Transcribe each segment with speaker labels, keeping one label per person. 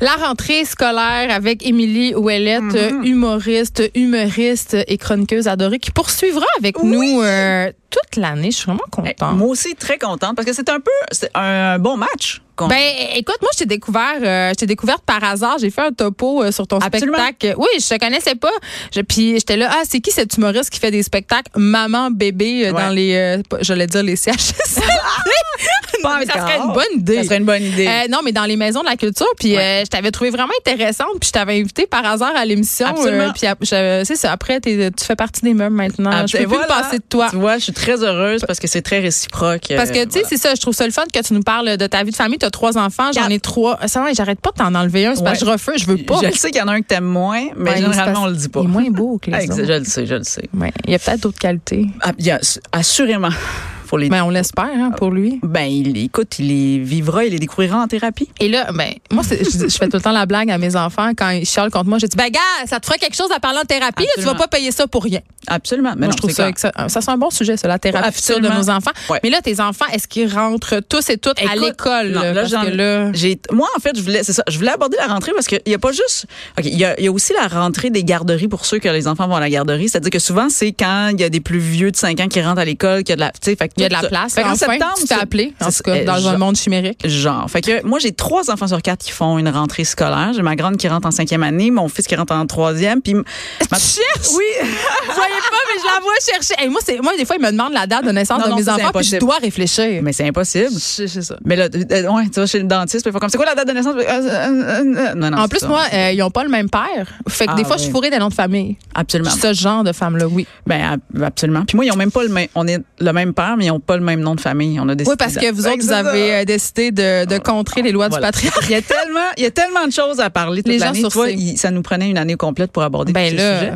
Speaker 1: La rentrée scolaire avec Émilie Ouellette,
Speaker 2: Mhm.
Speaker 1: euh, humoriste, humoriste et chroniqueuse adorée, qui poursuivra avec
Speaker 2: Oui.
Speaker 1: nous euh, toute l'année. Je suis vraiment
Speaker 2: Eh,
Speaker 1: contente.
Speaker 2: Moi aussi, très contente parce que c'est un peu c'est un bon match. qu'on-
Speaker 1: Ben, écoute, moi, je t'ai découvert, euh, je t'ai découverte par hasard. J'ai fait un topo euh, sur ton
Speaker 2: Absolument.
Speaker 1: spectacle. Oui, je te connaissais pas. Je- Puis j'étais là, ah, c'est qui cet humoriste qui fait des spectacles maman, bébé euh, dans
Speaker 2: Ouais.
Speaker 1: les, euh, pas- j'allais dire les CHSLD.
Speaker 2: Pas
Speaker 1: mais ça
Speaker 2: encore.
Speaker 1: serait une bonne idée.
Speaker 2: Ça serait une bonne idée.
Speaker 1: Euh, non, mais dans les maisons de la culture. Puis euh,
Speaker 2: Ouais.
Speaker 1: je t'avais trouvé vraiment intéressante. Puis je t'avais invité par hasard à l'émission. euh,
Speaker 2: Absolument.
Speaker 1: puis ap- je- c'est ça. Après, t'es- tu fais partie des meubles maintenant.
Speaker 2: Ah,
Speaker 1: je peux
Speaker 2: ben
Speaker 1: plus me
Speaker 2: voilà.
Speaker 1: passer de toi.
Speaker 2: Tu vois, je suis très heureuse parce que c'est très réciproque. euh,
Speaker 1: Parce que, tu sais,
Speaker 2: voilà.
Speaker 1: c'est ça, je trouve ça le fun que tu nous parles de ta vie de famille. Tu as trois enfants, j'en
Speaker 2: Quatre.
Speaker 1: ai trois. Ah, Ça va, j'arrête pas de t'en enlever un, c'est parce que je
Speaker 2: Ouais.
Speaker 1: refuse, je veux pas.
Speaker 2: Je le sais qu'il y en a un que t'aimes moins, mais
Speaker 1: Ouais, il se
Speaker 2: généralement,
Speaker 1: passe-
Speaker 2: on le dit pas.
Speaker 1: Il est moins beau que
Speaker 2: Ah,
Speaker 1: les
Speaker 2: exa-
Speaker 1: autres.
Speaker 2: Je le sais, je le sais.
Speaker 1: Ouais, il y a peut-être d'autres qualités.
Speaker 2: Ah, il y a- assurément, faut les.
Speaker 1: Mais on l'espère hein, pour lui.
Speaker 2: Ben, il, écoute, il les vivra, il les découvrira en thérapie.
Speaker 1: Et là, ben, moi, c'est- je, je fais tout le temps la blague à mes enfants quand ils chialent contre moi. Je dis, ben, gars, ça te fera quelque chose à parler en thérapie. là, tu vas
Speaker 2: Absolument.
Speaker 1: pas payer ça pour rien.
Speaker 2: Absolument.
Speaker 1: moi,
Speaker 2: Mais non,
Speaker 1: je trouve
Speaker 2: c'est
Speaker 1: ça,
Speaker 2: clair.
Speaker 1: ça, ça, c'est un bon sujet, ça, la thérapie future de
Speaker 2: Absolument.
Speaker 1: nos enfants.
Speaker 2: Ouais.
Speaker 1: Mais là, tes enfants, est-ce qu'ils rentrent tous et toutes à
Speaker 2: Écoute,
Speaker 1: l'école?
Speaker 2: non,
Speaker 1: là,
Speaker 2: là,
Speaker 1: parce
Speaker 2: j'en-
Speaker 1: que là,
Speaker 2: J'ai, moi, en fait, je voulais, c'est ça, je voulais aborder la rentrée parce qu'il n'y a pas juste. OK, il y a, il y a aussi la rentrée des garderies pour ceux que les enfants vont à la garderie. C'est-à-dire que souvent, c'est quand il y a des plus vieux de 5 ans qui rentrent à l'école, qu'il y a de la. tu sais, fait que
Speaker 1: il y a de la
Speaker 2: tout ça.
Speaker 1: place.
Speaker 2: Fait qu'en
Speaker 1: enfin,
Speaker 2: septembre,
Speaker 1: tu t'es
Speaker 2: c'est-
Speaker 1: appelé, en
Speaker 2: c'est-
Speaker 1: tout cas,
Speaker 2: euh,
Speaker 1: dans un
Speaker 2: genre-
Speaker 1: monde chimérique.
Speaker 2: Genre. Fait que moi, j'ai trois enfants sur quatre qui font une rentrée scolaire. J'ai ma grande qui rentre en cinquième année, mon fils qui rentre en troisième, puis. Ma...
Speaker 1: cherches?
Speaker 2: Oui!
Speaker 1: Vous voyez pas, mais je la vois chercher. Et moi, c'est, moi, des fois, ils me demandent la date de naissance
Speaker 2: Non,
Speaker 1: de
Speaker 2: non,
Speaker 1: mes
Speaker 2: ça, c'est
Speaker 1: enfants, puis je
Speaker 2: impossible.
Speaker 1: dois réfléchir.
Speaker 2: Mais c'est impossible.
Speaker 1: C'est ça.
Speaker 2: Mais là, euh, ouais, tu vas chez le dentiste, puis il faut comme, c'est quoi la date de naissance? Euh, euh, euh, euh, non, non,
Speaker 1: En
Speaker 2: c'est
Speaker 1: plus,
Speaker 2: ça.
Speaker 1: moi, euh, ils n'ont pas le même père. Fait que
Speaker 2: Ah,
Speaker 1: des fois, je suis
Speaker 2: ouais.
Speaker 1: fourrée des noms de famille. Je
Speaker 2: Absolument.
Speaker 1: suis ce genre de femme-là, oui.
Speaker 2: Ben, ab- absolument. Puis moi, ils ont même pas le même, on est le même père, mais ils ont pas le même nom de famille. On a décidé.
Speaker 1: Oui, parce que vous
Speaker 2: Fait
Speaker 1: autres, vous
Speaker 2: c'est ça.
Speaker 1: avez euh, décidé de, de contrer les lois
Speaker 2: Voilà.
Speaker 1: du patriarcat.
Speaker 2: Il y a tellement, il y a tellement de choses à parler
Speaker 1: Les
Speaker 2: toute
Speaker 1: gens
Speaker 2: l'année.
Speaker 1: sur
Speaker 2: Tu vois,
Speaker 1: ces-
Speaker 2: il- ça nous prenait une année complète pour aborder
Speaker 1: Ben
Speaker 2: tous ces
Speaker 1: là.
Speaker 2: sujets.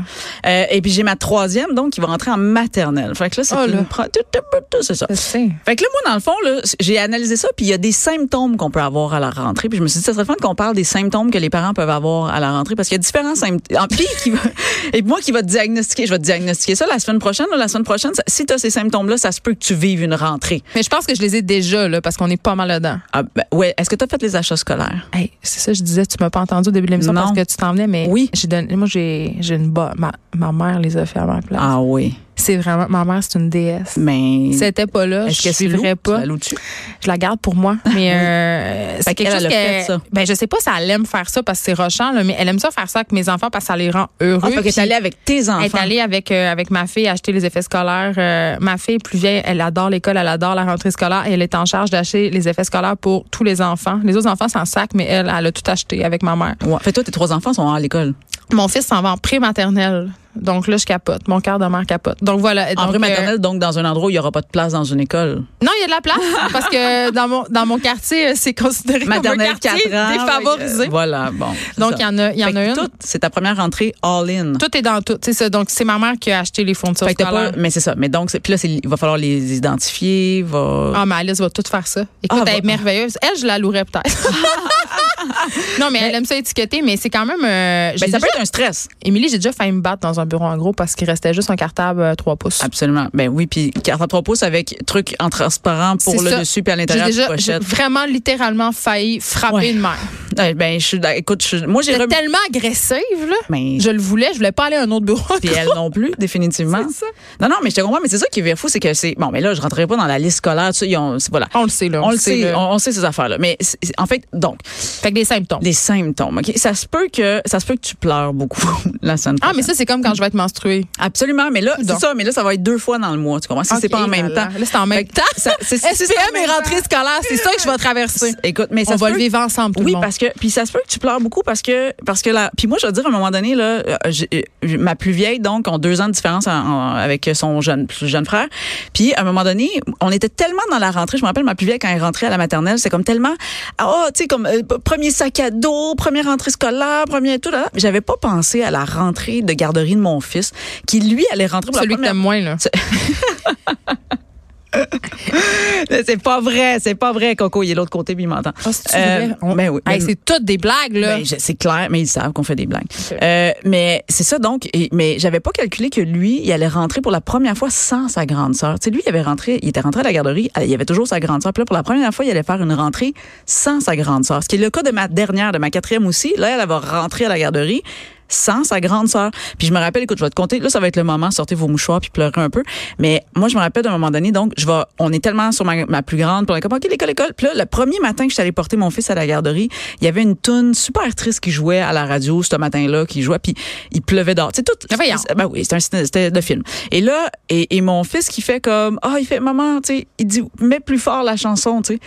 Speaker 2: Euh, et puis j'ai ma troisième, donc qui va rentrer en maternelle. Fait que là, c'est
Speaker 1: Oh là.
Speaker 2: une pro- tout- tout- tout- tout, c'est ça.
Speaker 1: Je sais.
Speaker 2: Fait que là, moi, dans le fond, là, j'ai analysé ça, puis il y a des symptômes qu'on peut avoir à la rentrée. Puis je me suis dit, ça serait le fun qu'on parle des symptômes que les parents peuvent avoir à la rentrée, parce qu'il y a différents symptômes. Ah, Puis, qui va- et moi qui va te diagnostiquer, je vais te diagnostiquer ça la semaine prochaine. là, la semaine prochaine, ça- si tu as ces symptômes-là, ça se peut que tu vives une rentrée.
Speaker 1: Mais je pense que je les ai déjà, là, parce qu'on est pas mal dedans.
Speaker 2: Ah, ben, ouais. Est-ce que tu as fait les achats scolaires?
Speaker 1: Hey, c'est ça, je disais, tu m'as pas entendu au début de l'émission
Speaker 2: Non.
Speaker 1: parce que tu t'en venais, mais
Speaker 2: Oui.
Speaker 1: j'ai donné, moi, j'ai, j'ai une bas. Ma, ma mère les a fait à ma place.
Speaker 2: Ah oui.
Speaker 1: C'est vraiment, ma mère, c'est une déesse.
Speaker 2: Mais.
Speaker 1: C'était pas là,
Speaker 2: Est-ce
Speaker 1: je
Speaker 2: que c'est
Speaker 1: suivrais
Speaker 2: lourd? Tu
Speaker 1: pas.
Speaker 2: la loues-tu?
Speaker 1: Je la garde pour moi, mais euh, c'est
Speaker 2: Fait
Speaker 1: quelque
Speaker 2: qu'elle,
Speaker 1: chose
Speaker 2: elle a
Speaker 1: que
Speaker 2: fait ça.
Speaker 1: ben je sais pas si elle aime faire ça parce que c'est rochant là, mais elle aime ça faire ça avec mes enfants parce que ça les rend heureux.
Speaker 2: Ah, fait que
Speaker 1: Puis
Speaker 2: t'es allée avec tes enfants.
Speaker 1: elle est allée avec euh, avec ma fille acheter les effets scolaires. Euh, ma fille est plus vieille, elle adore l'école, elle adore la rentrée scolaire et elle est en charge d'acheter les effets scolaires pour tous les enfants. Les autres enfants s'en sac, mais elle elle a tout acheté avec ma mère.
Speaker 2: Ouais. Fait que toi, tes trois enfants sont à l'école.
Speaker 1: Mon fils s'en va en pré-maternelle. Donc là je capote, mon cœur de mère capote. Donc voilà,
Speaker 2: En
Speaker 1: donc,
Speaker 2: vrai,
Speaker 1: euh,
Speaker 2: maternelle, donc dans un endroit où il n'y aura pas de place dans une école.
Speaker 1: Non, il y a de la place parce que dans mon dans mon quartier, euh, c'est considéré
Speaker 2: maternelle
Speaker 1: comme un quartier
Speaker 2: 4 ans.
Speaker 1: défavorisé.
Speaker 2: Euh, Voilà, bon. c'est
Speaker 1: Donc,
Speaker 2: ça.
Speaker 1: il y en a, il y en
Speaker 2: Fait
Speaker 1: a
Speaker 2: que
Speaker 1: une. Tout,
Speaker 2: tout, c'est ta première rentrée all-in.
Speaker 1: est dans tout. C'est ça. Donc, c'est ma mère qui a acheté les fournitures
Speaker 2: Fait que t'as pas,
Speaker 1: scolaires.
Speaker 2: mais c'est ça. Mais donc, c'est- puis là, c'est- il va falloir les identifier. Va...
Speaker 1: Ah, mais Alice va tout faire ça. Écoute,
Speaker 2: Ah,
Speaker 1: elle est
Speaker 2: va-
Speaker 1: merveilleuse. Elle, je la louerais peut-être. non, mais, elle aime ça étiqueter, mais c'est quand même. Euh, j'ai
Speaker 2: Ben, ça
Speaker 1: déjà-
Speaker 2: peut être un stress.
Speaker 1: Émilie, j'ai déjà failli me battre dans un bureau en gros parce qu'il restait juste un cartable 3 pouces.
Speaker 2: Absolument. Ben oui, puis carte à trois pouces avec truc en transparent pour
Speaker 1: C'est
Speaker 2: le
Speaker 1: ça.
Speaker 2: dessus puis à
Speaker 1: J'ai
Speaker 2: l'intérieur
Speaker 1: déjà j'ai
Speaker 2: la pochette.
Speaker 1: vraiment littéralement failli frapper
Speaker 2: Ouais.
Speaker 1: une mère.
Speaker 2: Ouais, ben, je suis, d'ac- écoute, je suis- moi, j'ai
Speaker 1: J'étais
Speaker 2: remis.
Speaker 1: tellement agressive, là.
Speaker 2: Mais
Speaker 1: Je le voulais, je voulais pas aller à un autre bureau. en
Speaker 2: puis elle non plus, définitivement.
Speaker 1: C'est ça.
Speaker 2: Non, non, mais je te comprends, mais c'est ça qui est fou, c'est que c'est. Bon, mais là, je rentrerai pas dans la liste scolaire, tu sais, ils ont- c'est- voilà.
Speaker 1: On le sait, là.
Speaker 2: On le sait,
Speaker 1: là.
Speaker 2: on, on sait ces affaires-là. Mais c'est- c'est- en fait, donc,
Speaker 1: Fait que des symptômes.
Speaker 2: les symptômes. ok? Ça se peut que ça se peut que tu pleures beaucoup la semaine
Speaker 1: Ah, mais
Speaker 2: prochaine.
Speaker 1: ça, c'est comme quand je vais être menstruée.
Speaker 2: absolument. Mais là,
Speaker 1: Donc.
Speaker 2: c'est ça. Mais là, ça va être deux fois dans le mois. Tu comprends Si c'est
Speaker 1: Ok,
Speaker 2: pas en
Speaker 1: là,
Speaker 2: même
Speaker 1: là.
Speaker 2: temps.
Speaker 1: Là, c'est en même
Speaker 2: Fait que
Speaker 1: temps.
Speaker 2: ça- c'est- c'est- c'est en
Speaker 1: SPM
Speaker 2: même
Speaker 1: et
Speaker 2: temps.
Speaker 1: rentrée scolaire, c'est ça que je vais traverser.
Speaker 2: Écoute, mais ça
Speaker 1: On
Speaker 2: se
Speaker 1: va
Speaker 2: peut-
Speaker 1: le vivre ensemble, tout
Speaker 2: Oui,
Speaker 1: le monde.
Speaker 2: parce que puis ça se peut que tu pleures beaucoup parce que parce que là, puis moi je veux dire à un moment donné là, euh, j'ai- euh, ma plus vieille donc ont deux ans de différence en- en- avec son jeune plus jeune frère. Puis à un moment donné, on était tellement dans la rentrée, je me rappelle ma plus vieille quand elle rentrait à la maternelle, c'est comme tellement ah oh, tu sais comme euh, premier sac à dos, première rentrée scolaire, premier tout là. là. J'avais pas pensé à la rentrée de garderie de mon fils qui lui allait rentrer pour la
Speaker 1: Celui que
Speaker 2: première
Speaker 1: t'aimes moins, là.
Speaker 2: Euh, c'est pas vrai, c'est pas vrai, Coco. Il est de l'autre côté, puis il m'entend.
Speaker 1: Ah, c'est-tu vrai? On-
Speaker 2: ben oui.
Speaker 1: Hey,
Speaker 2: mais-
Speaker 1: c'est toutes des blagues, là.
Speaker 2: ben, je- c'est clair, mais ils savent qu'on fait des blagues.
Speaker 1: Ok.
Speaker 2: Euh, mais c'est ça donc. Et, mais j'avais pas calculé que lui, il allait rentrer pour la première fois sans sa grande sœur. Tu sais, lui, il avait rentré, il était rentré à la garderie, euh, il y avait toujours sa grande sœur. Puis là, pour la première fois, il allait faire une rentrée sans sa grande sœur. Ce qui est le cas de ma dernière, de ma quatrième aussi. Là, elle, elle va rentrer à la garderie sans sa grande sœur. Puis je me rappelle, écoute, je vais te compter. Là, ça va être le moment, sortez vos mouchoirs puis pleurez un peu. Mais moi, je me rappelle d'un moment donné, donc, je vais, on est tellement sur ma, ma plus grande, puis on est comme, OK, l'école, l'école. Puis là, le premier matin que je suis allée porter mon fils à la garderie, il y avait une toune super triste qui jouait à la radio ce matin-là, qui jouait, puis il pleuvait dehors. Tu sais, tout.
Speaker 1: Mais voyons.
Speaker 2: Ben oui, c'était un ciné- c'était de film. Et là, et, et mon fils qui fait comme, ah, il fait, maman, tu sais, il dit, mets plus fort la chanson, tu sais.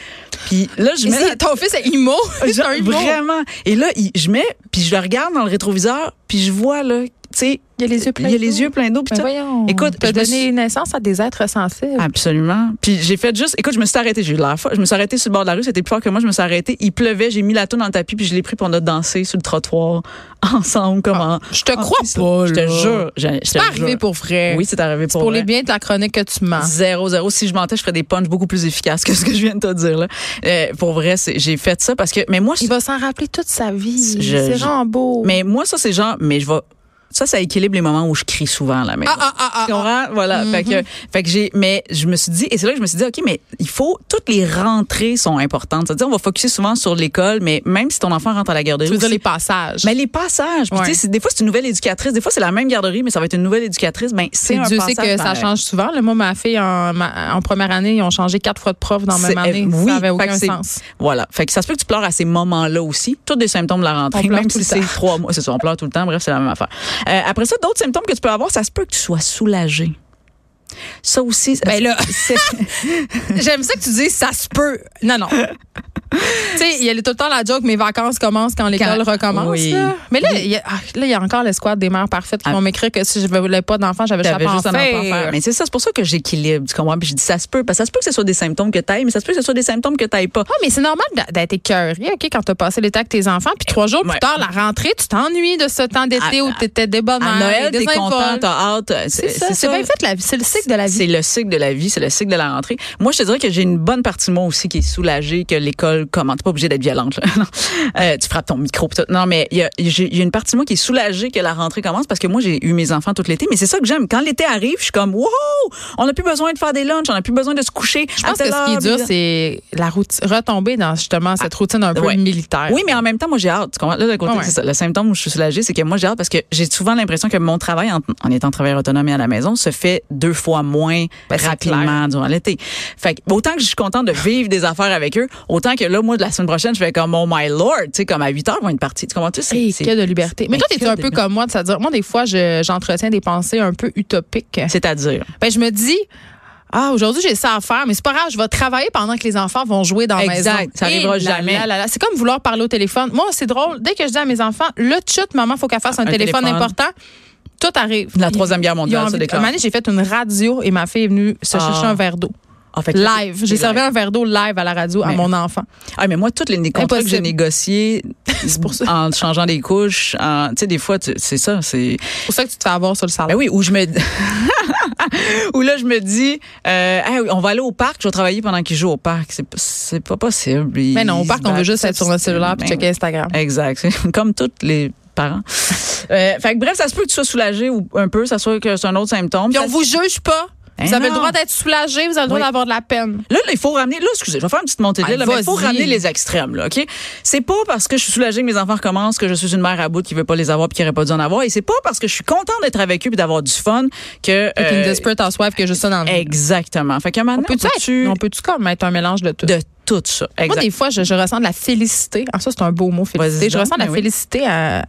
Speaker 2: Puis là, je mets la
Speaker 1: C'est- Ton fils est immo. C'est
Speaker 2: Genre,
Speaker 1: un immo.
Speaker 2: vraiment. Et là, il- je mets, puis je le regarde dans le rétroviseur, puis je vois, là, tu sais,
Speaker 1: Il a les yeux
Speaker 2: il
Speaker 1: pleins.
Speaker 2: y a
Speaker 1: d'eau.
Speaker 2: les yeux pleins d'eau, puis
Speaker 1: Ben
Speaker 2: tout.
Speaker 1: voyons.
Speaker 2: Écoute,
Speaker 1: t'as
Speaker 2: je me
Speaker 1: donné
Speaker 2: suis- Ah,
Speaker 1: naissance à des êtres sensibles.
Speaker 2: Absolument. Puis j'ai fait juste, écoute, je me suis arrêtée, j'ai eu l'air folle. je me suis arrêtée sur le bord de la rue, c'était plus fort que moi, je me suis arrêtée, il pleuvait, j'ai mis la toune dans le tapis, puis je l'ai pris, puis on a dansé sur le trottoir, ensemble, comment.
Speaker 1: Ah. je te crois pas,
Speaker 2: Je te
Speaker 1: là.
Speaker 2: jure. je- je te
Speaker 1: C'est pas arrivé
Speaker 2: jure.
Speaker 1: pour vrai.
Speaker 2: Oui, c'est arrivé
Speaker 1: C'est
Speaker 2: pour
Speaker 1: pour
Speaker 2: vrai.
Speaker 1: les Ah. biens de la chronique que tu mens.
Speaker 2: Zéro, zéro. Si je mentais, je ferais des punches beaucoup plus efficaces que ce que je viens de te dire, là. Euh, pour vrai, c'est- j'ai fait ça parce que, mais moi, je
Speaker 1: Il va s'en rappeler toute sa vie.
Speaker 2: Je-
Speaker 1: C'est
Speaker 2: je-
Speaker 1: vraiment beau.
Speaker 2: Mais moi, ça, c'est genre, mais je vais. Ça, ça équilibre les moments où je crie souvent à la maison.
Speaker 1: Ah, ah, ah, Mm-hmm. ah,
Speaker 2: Tu comprends? Voilà. Fait que, fait que j'ai, mais je me suis dit, et c'est là que je me suis dit, OK, mais il faut, toutes les rentrées sont importantes. C'est-à-dire, on va focuser souvent sur l'école, mais même si ton enfant rentre à la garderie.
Speaker 1: Tu veux dire
Speaker 2: aussi-
Speaker 1: les passages.
Speaker 2: mais les passages, Puis
Speaker 1: Ouais.
Speaker 2: tu sais, c'est- des fois c'est une nouvelle éducatrice, des fois c'est la même garderie, mais ça va être une nouvelle éducatrice. Ben c'est
Speaker 1: Puis
Speaker 2: un
Speaker 1: Dieu
Speaker 2: passage
Speaker 1: sait que ça
Speaker 2: pareil.
Speaker 1: change souvent. Là, moi, ma fille, en, ma- en première année, ils ont changé quatre fois de prof dans la même
Speaker 2: C'est-
Speaker 1: année.
Speaker 2: oui,
Speaker 1: ça n'avait
Speaker 2: fait que
Speaker 1: aucun
Speaker 2: c'est-
Speaker 1: sens.
Speaker 2: Voilà. Fait que ça se peut que tu pleures à ces moments-là aussi. Tous des symptômes de la rentrée,
Speaker 1: On pleure
Speaker 2: même
Speaker 1: tout
Speaker 2: si
Speaker 1: le
Speaker 2: c'est
Speaker 1: temps.
Speaker 2: trois mois. C'est ça, on pleure tout le temps. Bref, c'est la même affaire. Euh, après ça, d'autres symptômes que tu peux avoir, ça se peut que tu sois soulagé. Ça aussi, ça-
Speaker 1: Ben là.
Speaker 2: c'est-
Speaker 1: J'aime ça que tu dis ça se peut. Non, non. tu sais, il y a tout le temps la joke, mes vacances commencent quand l'école
Speaker 2: Quand-
Speaker 1: recommence.
Speaker 2: Oui.
Speaker 1: là. Mais là, il y a- ah, là, il y a encore l'escouade des mères parfaites qui
Speaker 2: Ah.
Speaker 1: vont m'écrire que si je voulais pas d'enfant, j'avais
Speaker 2: j'avais
Speaker 1: juste
Speaker 2: juste un
Speaker 1: à
Speaker 2: enfant
Speaker 1: faire.
Speaker 2: à faire. Mais c'est ça, c'est pour ça que j'équilibre, tu comprends? Puis je dis ça se peut, parce que ça se peut que ce soit des symptômes que t'ailles, mais ça se peut que ce soit des symptômes que t'ailles pas.
Speaker 1: Ah, mais c'est normal d'a- d'être écœuré, OK, quand t'as passé l'été avec tes enfants, puis trois jours
Speaker 2: Ouais.
Speaker 1: plus tard, la rentrée, tu t'ennuies de ce temps d'été
Speaker 2: À-
Speaker 1: où t'étais des bonnes
Speaker 2: À
Speaker 1: mères,
Speaker 2: Noël,
Speaker 1: des
Speaker 2: t'es content,
Speaker 1: infoles.
Speaker 2: t'as hâte.
Speaker 1: C'est ça, c'est
Speaker 2: ça.
Speaker 1: bien fait la vie, c'est le cycle de la vie.
Speaker 2: C'est le cycle de la vie, c'est le cycle de la rentrée. Moi, je te dirais que j'ai une bonne partie de moi aussi qui est soulagée que l'école commence. T'es pas obligée d'être violente. là. Non. Euh, tu frappes ton micro. pis tout. Non, mais il y a, j'ai- il y a une partie de moi qui est soulagée que la rentrée commence parce que moi, j'ai eu mes enfants tout l'été. Mais c'est ça que j'aime. Quand l'été arrive, je suis comme, wow, on n'a plus besoin de faire des lunchs, on n'a plus besoin de se coucher.
Speaker 1: Je pense que ce qui est dur, c'est la routine, retomber dans justement cette routine un peu
Speaker 2: Ah, ouais.
Speaker 1: militaire.
Speaker 2: oui, mais en même temps, moi, j'ai hâte. Tu comprends? Là, d'un côté,
Speaker 1: Ah ouais.
Speaker 2: c'est ça. Le symptôme où je suis soulagée, c'est que moi, j'ai hâte parce que j'ai souvent l'impression que mon travail, en, en étant travailleur autonome et à la maison, se fait deux fois moins
Speaker 1: Ben, c'est
Speaker 2: rapidement durant l'été. Fait que, autant que je suis contente de vivre des affaires avec eux, autant que là, moi, de la semaine prochaine, je fais comme, oh my lord, tu sais, comme à 8 heures, ils vont être partis. Tu comprends? Tu sais,
Speaker 1: Hey, que de liberté. Mais
Speaker 2: ben,
Speaker 1: toi, t'es
Speaker 2: que
Speaker 1: un
Speaker 2: de
Speaker 1: peu
Speaker 2: liberté.
Speaker 1: comme moi, de se dire, moi, des fois, je- j'entretiens des pensées un peu utopiques.
Speaker 2: C'est-à-dire.
Speaker 1: Ben, je me dis, ah, aujourd'hui, j'ai ça à faire, mais c'est pas grave, je vais travailler pendant que les enfants vont jouer dans la maison.
Speaker 2: Exact, ça
Speaker 1: Et
Speaker 2: arrivera
Speaker 1: là,
Speaker 2: jamais.
Speaker 1: là, là, là. C'est comme vouloir parler au téléphone. Moi, c'est drôle, dès que je dis à mes enfants, le chut, maman, faut qu'elle fasse un,
Speaker 2: Un
Speaker 1: téléphone,
Speaker 2: téléphone.
Speaker 1: important, tout arrive.
Speaker 2: La Troisième Guerre
Speaker 1: Ils ont
Speaker 2: mondiale,
Speaker 1: envie
Speaker 2: ça
Speaker 1: de-
Speaker 2: déclare.
Speaker 1: Un moment donné, j'ai fait une radio et ma fille est venue se
Speaker 2: Ah.
Speaker 1: chercher un verre d'eau.
Speaker 2: Ah, fait que-
Speaker 1: Live. J'ai
Speaker 2: c'est
Speaker 1: servi
Speaker 2: live.
Speaker 1: un verre d'eau live à la radio à
Speaker 2: Mais-
Speaker 1: mon enfant.
Speaker 2: Ah, mais moi, toutes les contrats que j'ai
Speaker 1: Impossible.
Speaker 2: négociés
Speaker 1: pour ça.
Speaker 2: en changeant des couches, en- tu sais, des fois, tu- c'est ça, c'est.
Speaker 1: C'est pour ça que tu te fais avoir sur le salon.
Speaker 2: Ben oui, où je me où là je me dis euh, Hey, on va aller au parc, je vais travailler pendant qu'ils jouent au parc, c'est pas- c'est pas possible. Ils
Speaker 1: Mais Ben non, au
Speaker 2: se
Speaker 1: parc, on veut
Speaker 2: battent,
Speaker 1: juste être sur notre cellulaire puis
Speaker 2: Ben,
Speaker 1: checker Instagram.
Speaker 2: Exact, C'est comme tous les parents. Euh, fait que bref, ça se peut que tu sois soulagé ou un peu, ça se peut que c'est un autre symptôme.
Speaker 1: Puis on
Speaker 2: Ça-
Speaker 1: vous juge pas.
Speaker 2: Ben
Speaker 1: vous avez
Speaker 2: non.
Speaker 1: le droit d'être soulagé, vous avez le droit
Speaker 2: Oui.
Speaker 1: d'avoir de la peine.
Speaker 2: Là, là, il faut ramener. Là, excusez, je vais faire une petite montée de lait,
Speaker 1: Ah,
Speaker 2: là, mais il faut
Speaker 1: vas-y.
Speaker 2: ramener les extrêmes, là, OK? C'est pas parce que je suis soulagée que mes enfants recommencent que je suis une mère à bout qui veut pas les avoir puis qui aurait pas dû en avoir. Et c'est pas parce que je suis contente d'être avec eux puis d'avoir du fun que.
Speaker 1: Fait qu'une
Speaker 2: euh,
Speaker 1: desperate housewife que juste ça dans le
Speaker 2: Exactement. Fait que maintenant,
Speaker 1: On peut-tu être- on peut-tu comme être un mélange de tout?
Speaker 2: de tout ça.
Speaker 1: Moi,
Speaker 2: Exact.
Speaker 1: des fois, je, je ressens de la félicité. Ah, ça, c'est un beau mot, félicité.
Speaker 2: Vas-y
Speaker 1: Je
Speaker 2: donc,
Speaker 1: ressens de la
Speaker 2: mais oui.
Speaker 1: félicité à,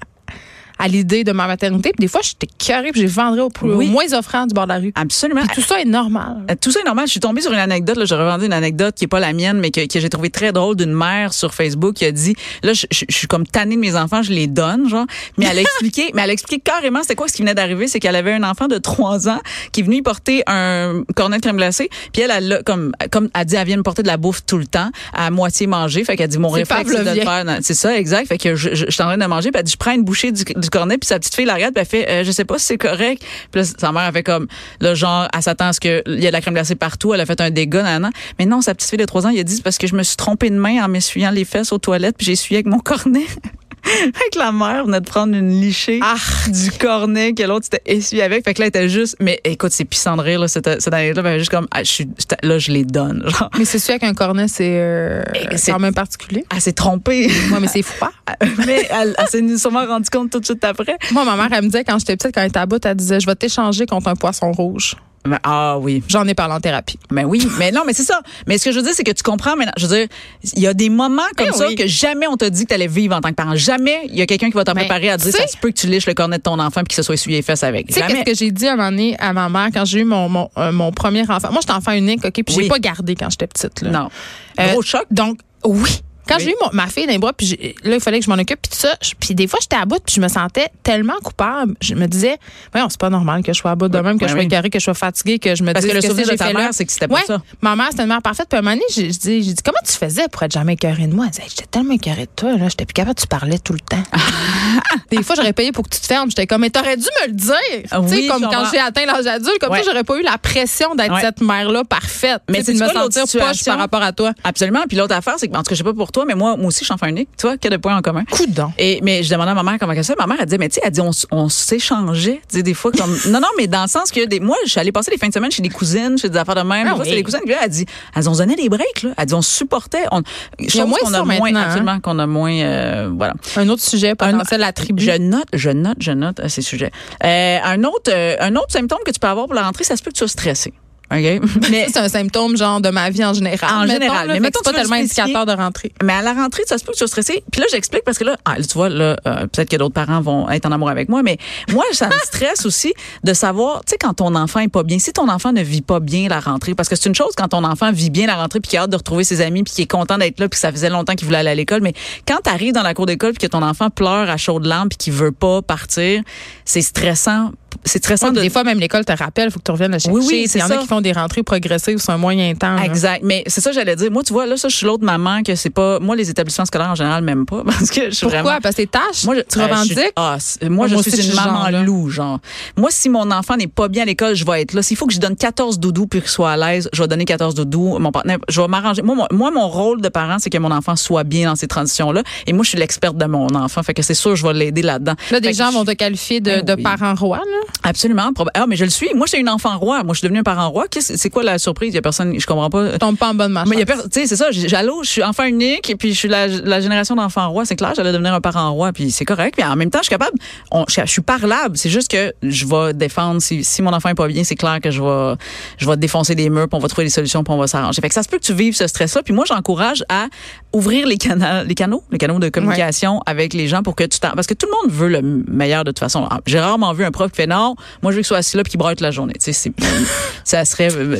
Speaker 1: à l'idée de ma maternité. Puis des fois, je suis écœurée puis je les vendrais au, plus- au
Speaker 2: Oui.
Speaker 1: moins offrant du bord de la rue.
Speaker 2: Absolument.
Speaker 1: Puis tout ça est normal.
Speaker 2: Euh, Tout ça est normal. Je suis tombée sur une anecdote. Là, je revendais une anecdote qui est pas la mienne, mais que, que j'ai trouvé très drôle d'une mère sur Facebook qui a dit là, je, je- je suis comme tannée de mes enfants, je les donne, genre. Mais elle a expliqué, mais elle a expliqué carrément c'est quoi ce qui venait d'arriver, c'est qu'elle avait un enfant de 3 ans qui est venu y porter un cornet de crème glacée. Puis elle, elle l'a- comme comme elle dit, elle vient me porter de la bouffe tout le temps, à moitié manger. Fait qu'elle dit mon
Speaker 1: C'est
Speaker 2: réflexe, c'est de le
Speaker 1: pavlovien.
Speaker 2: faire. dans- C'est ça, exact. Fait que je, je, je suis en train de manger. Puis elle dit je prends une bouchée du, du cornet, puis sa petite fille la regarde, puis elle fait, euh, je sais pas si c'est correct. Puis là, sa mère a fait comme, le genre, elle s'attend à ce qu'il y ait de la crème glacée partout, elle a fait un dégât, nanana. Mais non, sa petite fille de 3 ans, il a dit, c'est parce que je me suis trompée de main en m'essuyant les fesses aux toilettes, puis j'ai essuyé avec mon cornet. Avec la mère, on venait de prendre une lichée du cornet que l'autre s'était essuyé avec. Fait que là, elle était juste, mais écoute, c'est pissant de rire, là, cette, cette année-là. Ben, juste comme, ah, je suis, j'étais- là, je les donne. Genre,
Speaker 1: Mais c'est sûr qu'un cornet, c'est euh,
Speaker 2: Et c'est-
Speaker 1: c'est quand même particulier.
Speaker 2: elle s'est trompée.
Speaker 1: Moi, mais c'est fou pas.
Speaker 2: mais elle, elle s'est sûrement rendue compte tout de suite après.
Speaker 1: Moi, ma mère, elle me disait quand j'étais petite, quand elle était à bout, elle disait Je vais t'échanger contre un poisson rouge.
Speaker 2: Mais- ah oui.
Speaker 1: J'en ai parlé en thérapie.
Speaker 2: Mais oui. Mais non, mais c'est ça. Mais ce que je veux dire, c'est que tu comprends maintenant. Je veux dire, il y a des moments comme
Speaker 1: Eh
Speaker 2: ça
Speaker 1: oui.
Speaker 2: que jamais on t'a dit que t'allais vivre en tant que parent. Jamais il y a quelqu'un qui va t'en
Speaker 1: Mais,
Speaker 2: préparer à dire,
Speaker 1: tu sais-
Speaker 2: ça se peut que tu liches le cornet de ton enfant puis qu'il se soit essuyé les fesses avec.
Speaker 1: Tu sais,
Speaker 2: Jamais.
Speaker 1: qu'est-ce que j'ai dit à un moment donné à ma mère quand j'ai eu mon, mon, euh, mon premier enfant? Moi, j'étais enfant unique, OK? Puis j'ai
Speaker 2: Oui.
Speaker 1: pas gardé quand j'étais petite. Là.
Speaker 2: Non.
Speaker 1: Euh,
Speaker 2: Gros choc.
Speaker 1: Donc, oui. Quand
Speaker 2: Oui.
Speaker 1: j'ai eu mon- ma fille dans les bras, puis j'ai- là, il fallait que je m'en occupe, puis tout ça. je- Puis des fois, j'étais à bout, puis je me sentais tellement coupable. Je me disais, voyons, c'est pas normal que je sois à bout de même, que
Speaker 2: oui,
Speaker 1: je sois
Speaker 2: oui.
Speaker 1: écœurée, que je sois fatiguée, que je me
Speaker 2: Parce
Speaker 1: dise
Speaker 2: que le
Speaker 1: qu'est-ce
Speaker 2: souvenir de
Speaker 1: j'ai
Speaker 2: ta
Speaker 1: fait
Speaker 2: mère,
Speaker 1: mal.
Speaker 2: c'est que c'était pas
Speaker 1: ouais,
Speaker 2: ça.
Speaker 1: Ma mère, c'était une mère parfaite. Puis à un moment donné, j'ai j'ai dit, j'ai dit, comment tu faisais pour être jamais écœurée de moi? Elle disait, Hey, j'étais tellement écœurée de toi, là. J'étais plus capable, tu parlais tout le temps. Des fois, j'aurais payé pour que tu te fermes. J'étais comme, mais t'aurais dû me le dire.
Speaker 2: Ah
Speaker 1: tu
Speaker 2: oui,
Speaker 1: sais, comme
Speaker 2: je
Speaker 1: quand
Speaker 2: comprends.
Speaker 1: j'ai atteint l'âge adulte, comme
Speaker 2: Ouais.
Speaker 1: ça, j'aurais pas eu la pression d'être
Speaker 2: Ouais.
Speaker 1: cette mère-là parfaite.
Speaker 2: Mais
Speaker 1: Tu sais,
Speaker 2: c'est-tu
Speaker 1: puis de
Speaker 2: quoi l'autre
Speaker 1: me sentir poche
Speaker 2: situation?
Speaker 1: par rapport à toi.
Speaker 2: Absolument. Puis l'autre affaire, c'est que, en tout cas, je sais pas pour toi, mais moi, moi aussi, je suis enfant unique. Tu vois, quel point en commun?
Speaker 1: Coudon.
Speaker 2: Et, mais je demandais à ma mère comment elle ça. Ma mère, elle disait, mais tu sais, elle dit, on, s- on s'échangeait. Tu sais, des fois, comme. non, non, mais dans le sens que des, moi, je suis allée passer les fins de semaine chez des cousines, chez des affaires de même.
Speaker 1: Ah
Speaker 2: des fois,
Speaker 1: oui.
Speaker 2: c'est les cousines. Puis là, elle dit, elles ont donné des breaks, là. Elle dit, on se supportait. On, je
Speaker 1: a moins
Speaker 2: qu'on
Speaker 1: ça
Speaker 2: a moins,
Speaker 1: maintenant, hein.
Speaker 2: absolument, qu'on a moins, euh, voilà.
Speaker 1: Un autre sujet potentiel, la tribu.
Speaker 2: Je note, je note, je note euh, ces sujets. Euh, un autre, euh, un autre symptôme que tu peux avoir pour la rentrée, ça se peut que tu sois stressé. OK? Mais,
Speaker 1: Ça, c'est un symptôme genre de ma vie en général.
Speaker 2: En général, mais
Speaker 1: mais
Speaker 2: mettons,
Speaker 1: c'est pas
Speaker 2: tu veux
Speaker 1: tellement
Speaker 2: spécifier.
Speaker 1: indicateur de rentrée.
Speaker 2: Mais à la rentrée, ça se peut que tu sois stressé. Puis là, j'explique parce que là, ah, tu vois, là, euh, peut-être que d'autres parents vont être en amour avec moi, mais moi, ça me stresse aussi de savoir, tu sais, quand ton enfant est pas bien, si ton enfant ne vit pas bien la rentrée, parce que c'est une chose quand ton enfant vit bien la rentrée puis qu'il a hâte de retrouver ses amis puis qu'il est content d'être là puis que ça faisait longtemps qu'il voulait aller à l'école, mais quand tu arrives dans la cour d'école puis que ton enfant pleure à chaudes larmes puis qu'il veut pas partir, c'est stressant. C'est stressant
Speaker 1: Ouais,
Speaker 2: de
Speaker 1: Des fois, même l'école te rappelle, il faut que tu reviennes le chercher.
Speaker 2: Oui, oui, c'est
Speaker 1: Il y en
Speaker 2: ça.
Speaker 1: a qui font des rentrées progressives sur un moyen temps. là.
Speaker 2: Exact. Mais c'est ça que j'allais dire. Moi, tu vois, là, ça, je suis l'autre maman que c'est pas. Moi, les établissements scolaires en général, même pas. Parce que je suis
Speaker 1: Pourquoi?
Speaker 2: vraiment.
Speaker 1: Parce que tes tâches,
Speaker 2: Moi, je,
Speaker 1: tu
Speaker 2: euh, je
Speaker 1: revendiques.
Speaker 2: suis- ah, c'est- moi, je
Speaker 1: Moi aussi,
Speaker 2: suis
Speaker 1: je
Speaker 2: une
Speaker 1: suis
Speaker 2: maman
Speaker 1: genre, là.
Speaker 2: loup, genre. Moi, si mon enfant n'est pas bien à l'école, je vais être là. S'il faut que je donne 14 doudous pour qu'il soit à l'aise, je vais donner 14 doudous. Mon partenaire, je vais m'arranger. Moi, mon, moi, mon rôle de parent, c'est que mon enfant soit bien dans ces transitions-là. Et moi, je suis l'experte de mon enfant. Fait que c'est sûr, je vais l'aider là-dedans.
Speaker 1: Là, des
Speaker 2: Fait que
Speaker 1: gens
Speaker 2: je-
Speaker 1: vont te qualifier de,
Speaker 2: Ben
Speaker 1: de
Speaker 2: oui.
Speaker 1: parent roi. là.
Speaker 2: Absolument. proba- Ah, mais je le suis. Moi, je suis une enfant roi. Moi, je suis devenue un parent roi. Qu'est-ce- C'est quoi la surprise? Il y a personne, je comprends pas.
Speaker 1: Tombe pas en bonne marche.
Speaker 2: Mais il y a personne, tu sais, c'est ça, j'ai- j'allô, je suis enfant unique et puis je suis la, la génération d'enfants rois, c'est clair, j'allais devenir un parent roi puis c'est correct. Puis en même temps, je suis capable, on- je, je suis parlable, c'est juste que je vais défendre si, si mon enfant est pas bien, c'est clair que je vais je vais défoncer des murs, puis on va trouver des solutions, puis on va s'arranger. Fait que ça se peut que tu vives ce stress là, puis moi j'encourage à ouvrir les canaux les canaux, les canaux de communication avec les gens pour que tu t'en parce que tout le monde veut le meilleur de toute façon. Ah, J'ai rarement vu un prof qui fait non, moi je veux qu'il soit assis là puis qu'il braille toute la journée, tu sais, c'est ça serait euh,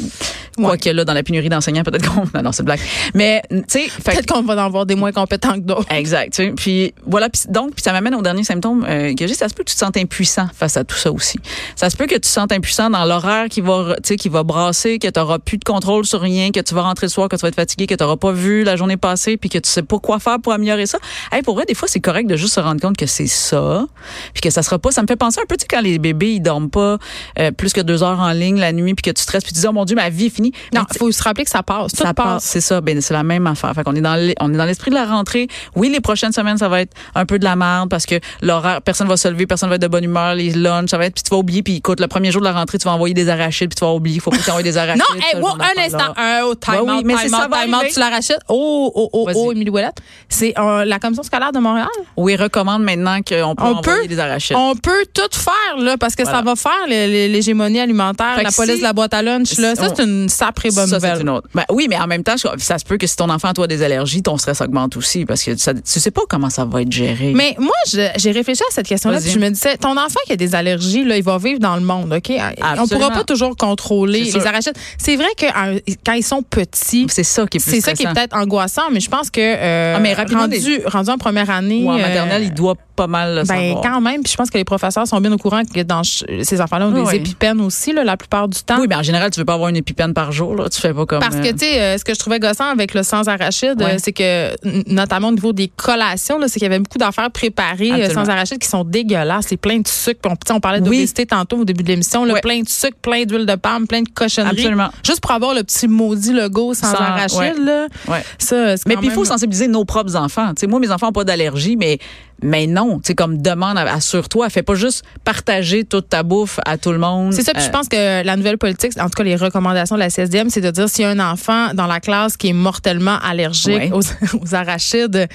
Speaker 2: quoi
Speaker 1: Ouais.
Speaker 2: que là dans la pénurie d'enseignants peut-être qu'on non non c'est une blague mais tu sais fait que-
Speaker 1: Peut-être qu'on va en voir des moins compétents que d'autres.
Speaker 2: Exact. tu sais. Puis voilà. Puis donc, puis ça m'amène au dernier symptôme euh, que j'ai. Ça se peut que tu te sentes impuissant face à tout ça aussi. Ça se peut que tu te sentes impuissant dans l'horaire qui va, tu sais, qui va brasser, que tu n'auras plus de contrôle sur rien, que tu vas rentrer le soir, que tu vas être fatigué, que tu n'auras pas vu la journée passée, puis que tu sais pas quoi faire pour améliorer ça. Hey, pour vrai, des fois, c'est correct de juste se rendre compte que c'est ça, puis que ça sera pas. Ça me fait penser un peu, tu sais, quand les bébés ils dorment pas euh, plus que deux heures en ligne la nuit, puis que tu stresses, puis tu dis oh mon dieu, ma vie est finie. Mais
Speaker 1: Non,
Speaker 2: tu-
Speaker 1: il faut se rappeler que ça passe. Tout
Speaker 2: ça passe,
Speaker 1: passe.
Speaker 2: c'est ça. Ben c'est la même affaire. Fait qu'on est dans le- on est dans l'esprit de la rentrée. Oui, les prochaines semaines ça va être un peu de la merde parce que l'horaire, personne va se lever, personne va être de bonne humeur, les lunchs, ça va être puis tu vas oublier puis écoute le premier jour de la rentrée, tu vas envoyer des arachides puis tu vas oublier, faut pas que tu envoies des arachides.
Speaker 1: Non,
Speaker 2: ce
Speaker 1: hey,
Speaker 2: genre
Speaker 1: wow, un
Speaker 2: d'affaires-là.
Speaker 1: instant. Un, oh, time
Speaker 2: Ouais, Ben oui,
Speaker 1: out,
Speaker 2: mais c'est
Speaker 1: time
Speaker 2: ça,
Speaker 1: out,
Speaker 2: va
Speaker 1: time out,
Speaker 2: arriver.
Speaker 1: tu la rachètes. Oh, oh, oh,
Speaker 2: Vas-y.
Speaker 1: oh, Émilie Ouellette. C'est euh, la commission scolaire de Montréal.
Speaker 2: Oui, recommande maintenant qu'on peut
Speaker 1: On
Speaker 2: envoyer
Speaker 1: peut?
Speaker 2: des arachides.
Speaker 1: On peut tout faire, là, parce que
Speaker 2: Voilà.
Speaker 1: ça va faire le- le- l'hégémonie alimentaire,
Speaker 2: Fait que
Speaker 1: la police
Speaker 2: si-
Speaker 1: de la boîte à lunch, là. Ça,
Speaker 2: on-
Speaker 1: c'est une sacrée bonne
Speaker 2: ça, c'est
Speaker 1: nouvelle.
Speaker 2: une autre. Ben oui, mais en même temps, je- ça se peut que si ton enfant toi a des allergies, ton stress augmente aussi parce que ça, tu sais pas comment ça va être géré.
Speaker 1: Mais moi, je- j'ai réfléchi à cette question-là,
Speaker 2: Vas-y.
Speaker 1: puis je me disais, ton enfant qui a des allergies, là, il va vivre dans le monde, OK? On pourra pas toujours contrôler
Speaker 2: C'est sûr.
Speaker 1: les arachides. C'est vrai que euh, quand ils sont petits,
Speaker 2: c'est ça qui est plus
Speaker 1: c'est ça qui est
Speaker 2: stressant.
Speaker 1: peut-être angoissant, mais je pense que euh,
Speaker 2: Ah, mais rapidement,
Speaker 1: rendu, rendu en première année,
Speaker 2: Ou en
Speaker 1: euh,
Speaker 2: maternelle, il doit pas mal le
Speaker 1: ben
Speaker 2: savoir.
Speaker 1: quand même, puis je pense que les professeurs sont bien au courant que dans ch- je- ces enfants-là ont
Speaker 2: Oui,
Speaker 1: des
Speaker 2: oui.
Speaker 1: épipènes aussi, là, la plupart du temps.
Speaker 2: Oui, mais en général, tu veux pas avoir une épipène par jour. Là. Hein? Tu fais pas comme.
Speaker 1: Parce que,
Speaker 2: euh,
Speaker 1: tu sais, euh, ce que je trouvais gossant avec le sans arachide,
Speaker 2: Ouais.
Speaker 1: euh, c'est que, n- notamment au niveau des collations, là, c'est qu'il y avait beaucoup d'affaires préparées euh,
Speaker 2: Absolument.
Speaker 1: sans arachide qui sont dégueulasses. C'est plein de sucre. Puis On, tu sais, on parlait
Speaker 2: Oui.
Speaker 1: d'obésité tantôt au début de l'émission. là,
Speaker 2: Ouais.
Speaker 1: Plein de sucre, plein d'huile de palme, plein de cochonneries.
Speaker 2: Absolument.
Speaker 1: Juste pour avoir le petit maudit logo sans,
Speaker 2: Sans-
Speaker 1: arachide.
Speaker 2: ouais.
Speaker 1: Là.
Speaker 2: Ouais.
Speaker 1: Ça, c'est
Speaker 2: Mais
Speaker 1: quand
Speaker 2: puis il faut
Speaker 1: même-
Speaker 2: sensibiliser nos propres enfants. Tu sais, moi, mes enfants n'ont pas d'allergie, mais, mais non. Tu sais, comme demande, à- assure-toi. Fais pas juste partager toute ta bouffe à tout le monde.
Speaker 1: C'est ça, puis je
Speaker 2: Euh,
Speaker 1: pense que la nouvelle politique, en tout cas les recommandations de la CSDM, c'est de dire s'il y a un enfant dans la classe qui est mortellement allergique
Speaker 2: Ouais.
Speaker 1: aux, aux arachides,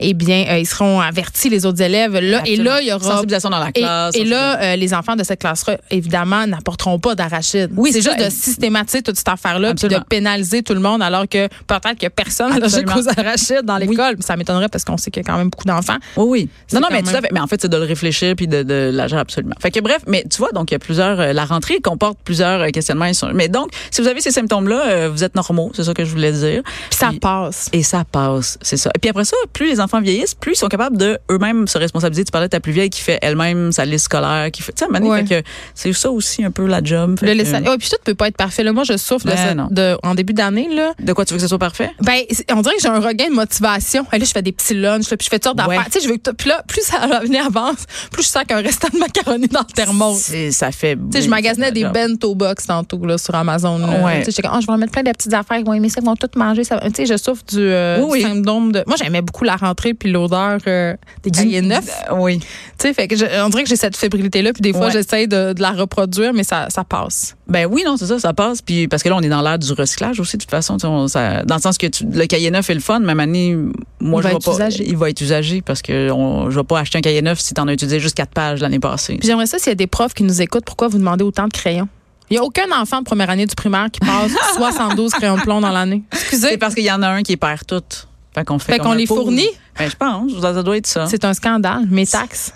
Speaker 1: eh bien, euh, ils seront avertis, les autres élèves. Là, et
Speaker 2: Absolument.
Speaker 1: là, il y aura...
Speaker 2: Sensibilisation dans la
Speaker 1: Et,
Speaker 2: classe.
Speaker 1: et là, euh, les enfants de cette classe-là, évidemment, n'apporteront pas d'arachides.
Speaker 2: Oui,
Speaker 1: c'est
Speaker 2: c'est
Speaker 1: juste
Speaker 2: ça.
Speaker 1: de systématiser toute cette affaire-là, puis de
Speaker 2: Absolument.
Speaker 1: pénaliser tout le monde, alors que peut-être que personne allergique
Speaker 2: Absolument.
Speaker 1: aux arachides dans l'école. Ça m'étonnerait parce qu'on sait qu'il y a quand même beaucoup d'enfants.
Speaker 2: Oui, oui.
Speaker 1: C'est
Speaker 2: Non, non,
Speaker 1: quand
Speaker 2: mais tout
Speaker 1: même-
Speaker 2: à fait. Mais en fait, c'est de le réfléchir puis de, de l'agir absolument. Fait que bref, mais tu vois, donc, il y a plusieurs. euh, la rentrée comporte plusieurs euh, questionnements. sur- Mais donc, si vous avez ces symptômes-là, euh, vous êtes normaux. C'est ça que je voulais dire.
Speaker 1: Puis ça
Speaker 2: Puis-
Speaker 1: passe.
Speaker 2: Et ça passe, c'est ça. Et puis après ça, plus les enfants vieillissent, plus ils sont capables de eux-mêmes se responsabiliser. Tu parlais de ta plus vieille qui fait elle-même sa liste scolaire, qui fait, tu sais, à un moment donné,
Speaker 1: Ouais.
Speaker 2: fait que c'est ça aussi un peu la job. Fait
Speaker 1: Le
Speaker 2: que-
Speaker 1: laisser- Ouais, puis tout peut pas être parfait. Là, moi, je souffre de
Speaker 2: Ben
Speaker 1: ça-
Speaker 2: non.
Speaker 1: de- en début d'année, là.
Speaker 2: De quoi tu veux que ce soit parfait?
Speaker 1: Ben, c'est- on dirait que j'ai un regain de motivation. Et Là, je fais des petits lunchs, là, puis je fais toutes sortes d'affaires.
Speaker 2: Ouais.
Speaker 1: Tu sais, je veux que t- puis là, plus ça va venir avance, plus je sens qu'un restant de macaroni dans le thermos.
Speaker 2: C'est- Ça fait.
Speaker 1: Tu sais, je magasinais des
Speaker 2: job.
Speaker 1: bento box tantôt là, sur Amazon. là.
Speaker 2: Ouais.
Speaker 1: Tu sais, j'étais comme, Ah, je vais en mettre plein de petites affaires. Ils vont aimer ça, ils vont tout manger. Ça... va- Tu sais, je souffre du, euh,
Speaker 2: Oui,
Speaker 1: du
Speaker 2: oui.
Speaker 1: syndrome de. Moi, j'aimais beaucoup la rentrée puis l'odeur euh, des cahiers neufs.
Speaker 2: Euh, Oui.
Speaker 1: Tu sais, fait que je- on dirait que j'ai cette fébrilité-là, puis des fois,
Speaker 2: Ouais.
Speaker 1: j'essaye de, de la reproduire, mais ça, ça passe.
Speaker 2: Ben oui, non, c'est ça, ça passe. Puis parce que là, on est dans l'ère du recyclage aussi, de toute façon. tu sais, on- ça- dans le sens que tu- le cahier neuf est le fun, mais année, moi,
Speaker 1: Il va
Speaker 2: je vais
Speaker 1: être
Speaker 2: pas.
Speaker 1: usagé.
Speaker 2: Il va être usagé parce que on, je vais pas acheter un cahier neuf si t'en as utilisé juste quatre pages l'année passée.
Speaker 1: Puis j'aimerais ça, s'il y a des profs qui nous écoutent, pourquoi vous demandez autant de crayons? Il n'y a aucun enfant de première année du primaire qui passe 72 crayons de plomb dans l'année.
Speaker 2: C'est
Speaker 1: Excusez.
Speaker 2: parce qu'il y en a un qui perd toutes. Fait qu'on hein? fait.
Speaker 1: Fait
Speaker 2: comme
Speaker 1: qu'on
Speaker 2: un
Speaker 1: les
Speaker 2: pool.
Speaker 1: fournit.
Speaker 2: Ben, je pense, ça ça doit être ça.
Speaker 1: C'est un scandale. Mes taxes,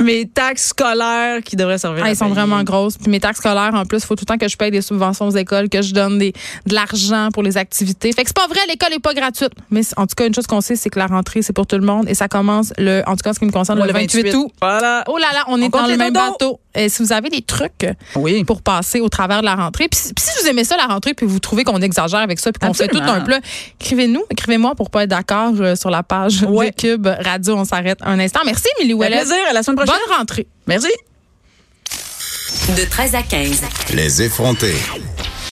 Speaker 2: Mes taxes scolaires qui devraient servir.
Speaker 1: ah,
Speaker 2: à
Speaker 1: elles sont
Speaker 2: payer.
Speaker 1: vraiment grosses. Puis mes taxes scolaires, en plus, faut tout le temps que je paye des subventions aux écoles, que je donne des, de l'argent pour les activités. Fait que c'est pas vrai, l'école est pas gratuite. Mais c'est- en tout cas, une chose qu'on sait, c'est que la rentrée, c'est pour tout le monde. Et ça commence, le, en tout cas, en ce qui me concerne,
Speaker 2: Moi,
Speaker 1: le 28 août.
Speaker 2: Voilà.
Speaker 1: Oh là là, on est
Speaker 2: compte
Speaker 1: dans le
Speaker 2: les
Speaker 1: même
Speaker 2: dodos.
Speaker 1: bateau. Et si vous avez des trucs
Speaker 2: Oui.
Speaker 1: pour passer au travers de la rentrée. Puis, si- puis si vous aimez ça, la rentrée, puis vous trouvez qu'on exagère avec ça, puis qu'on fait tout
Speaker 2: Absolument.
Speaker 1: un plat, écrivez-nous, écrivez-moi pour pas être d'accord euh, sur la page
Speaker 2: Ouais.
Speaker 1: de Cube Radio. On s'arrête un instant. Merci, Émilie
Speaker 2: Au
Speaker 1: Ouellet.
Speaker 2: plaisir. À la semaine
Speaker 1: Bonne
Speaker 2: prochaine.
Speaker 1: rentrée.
Speaker 2: Merci.
Speaker 3: De 13 à 15.
Speaker 4: Les effrontés.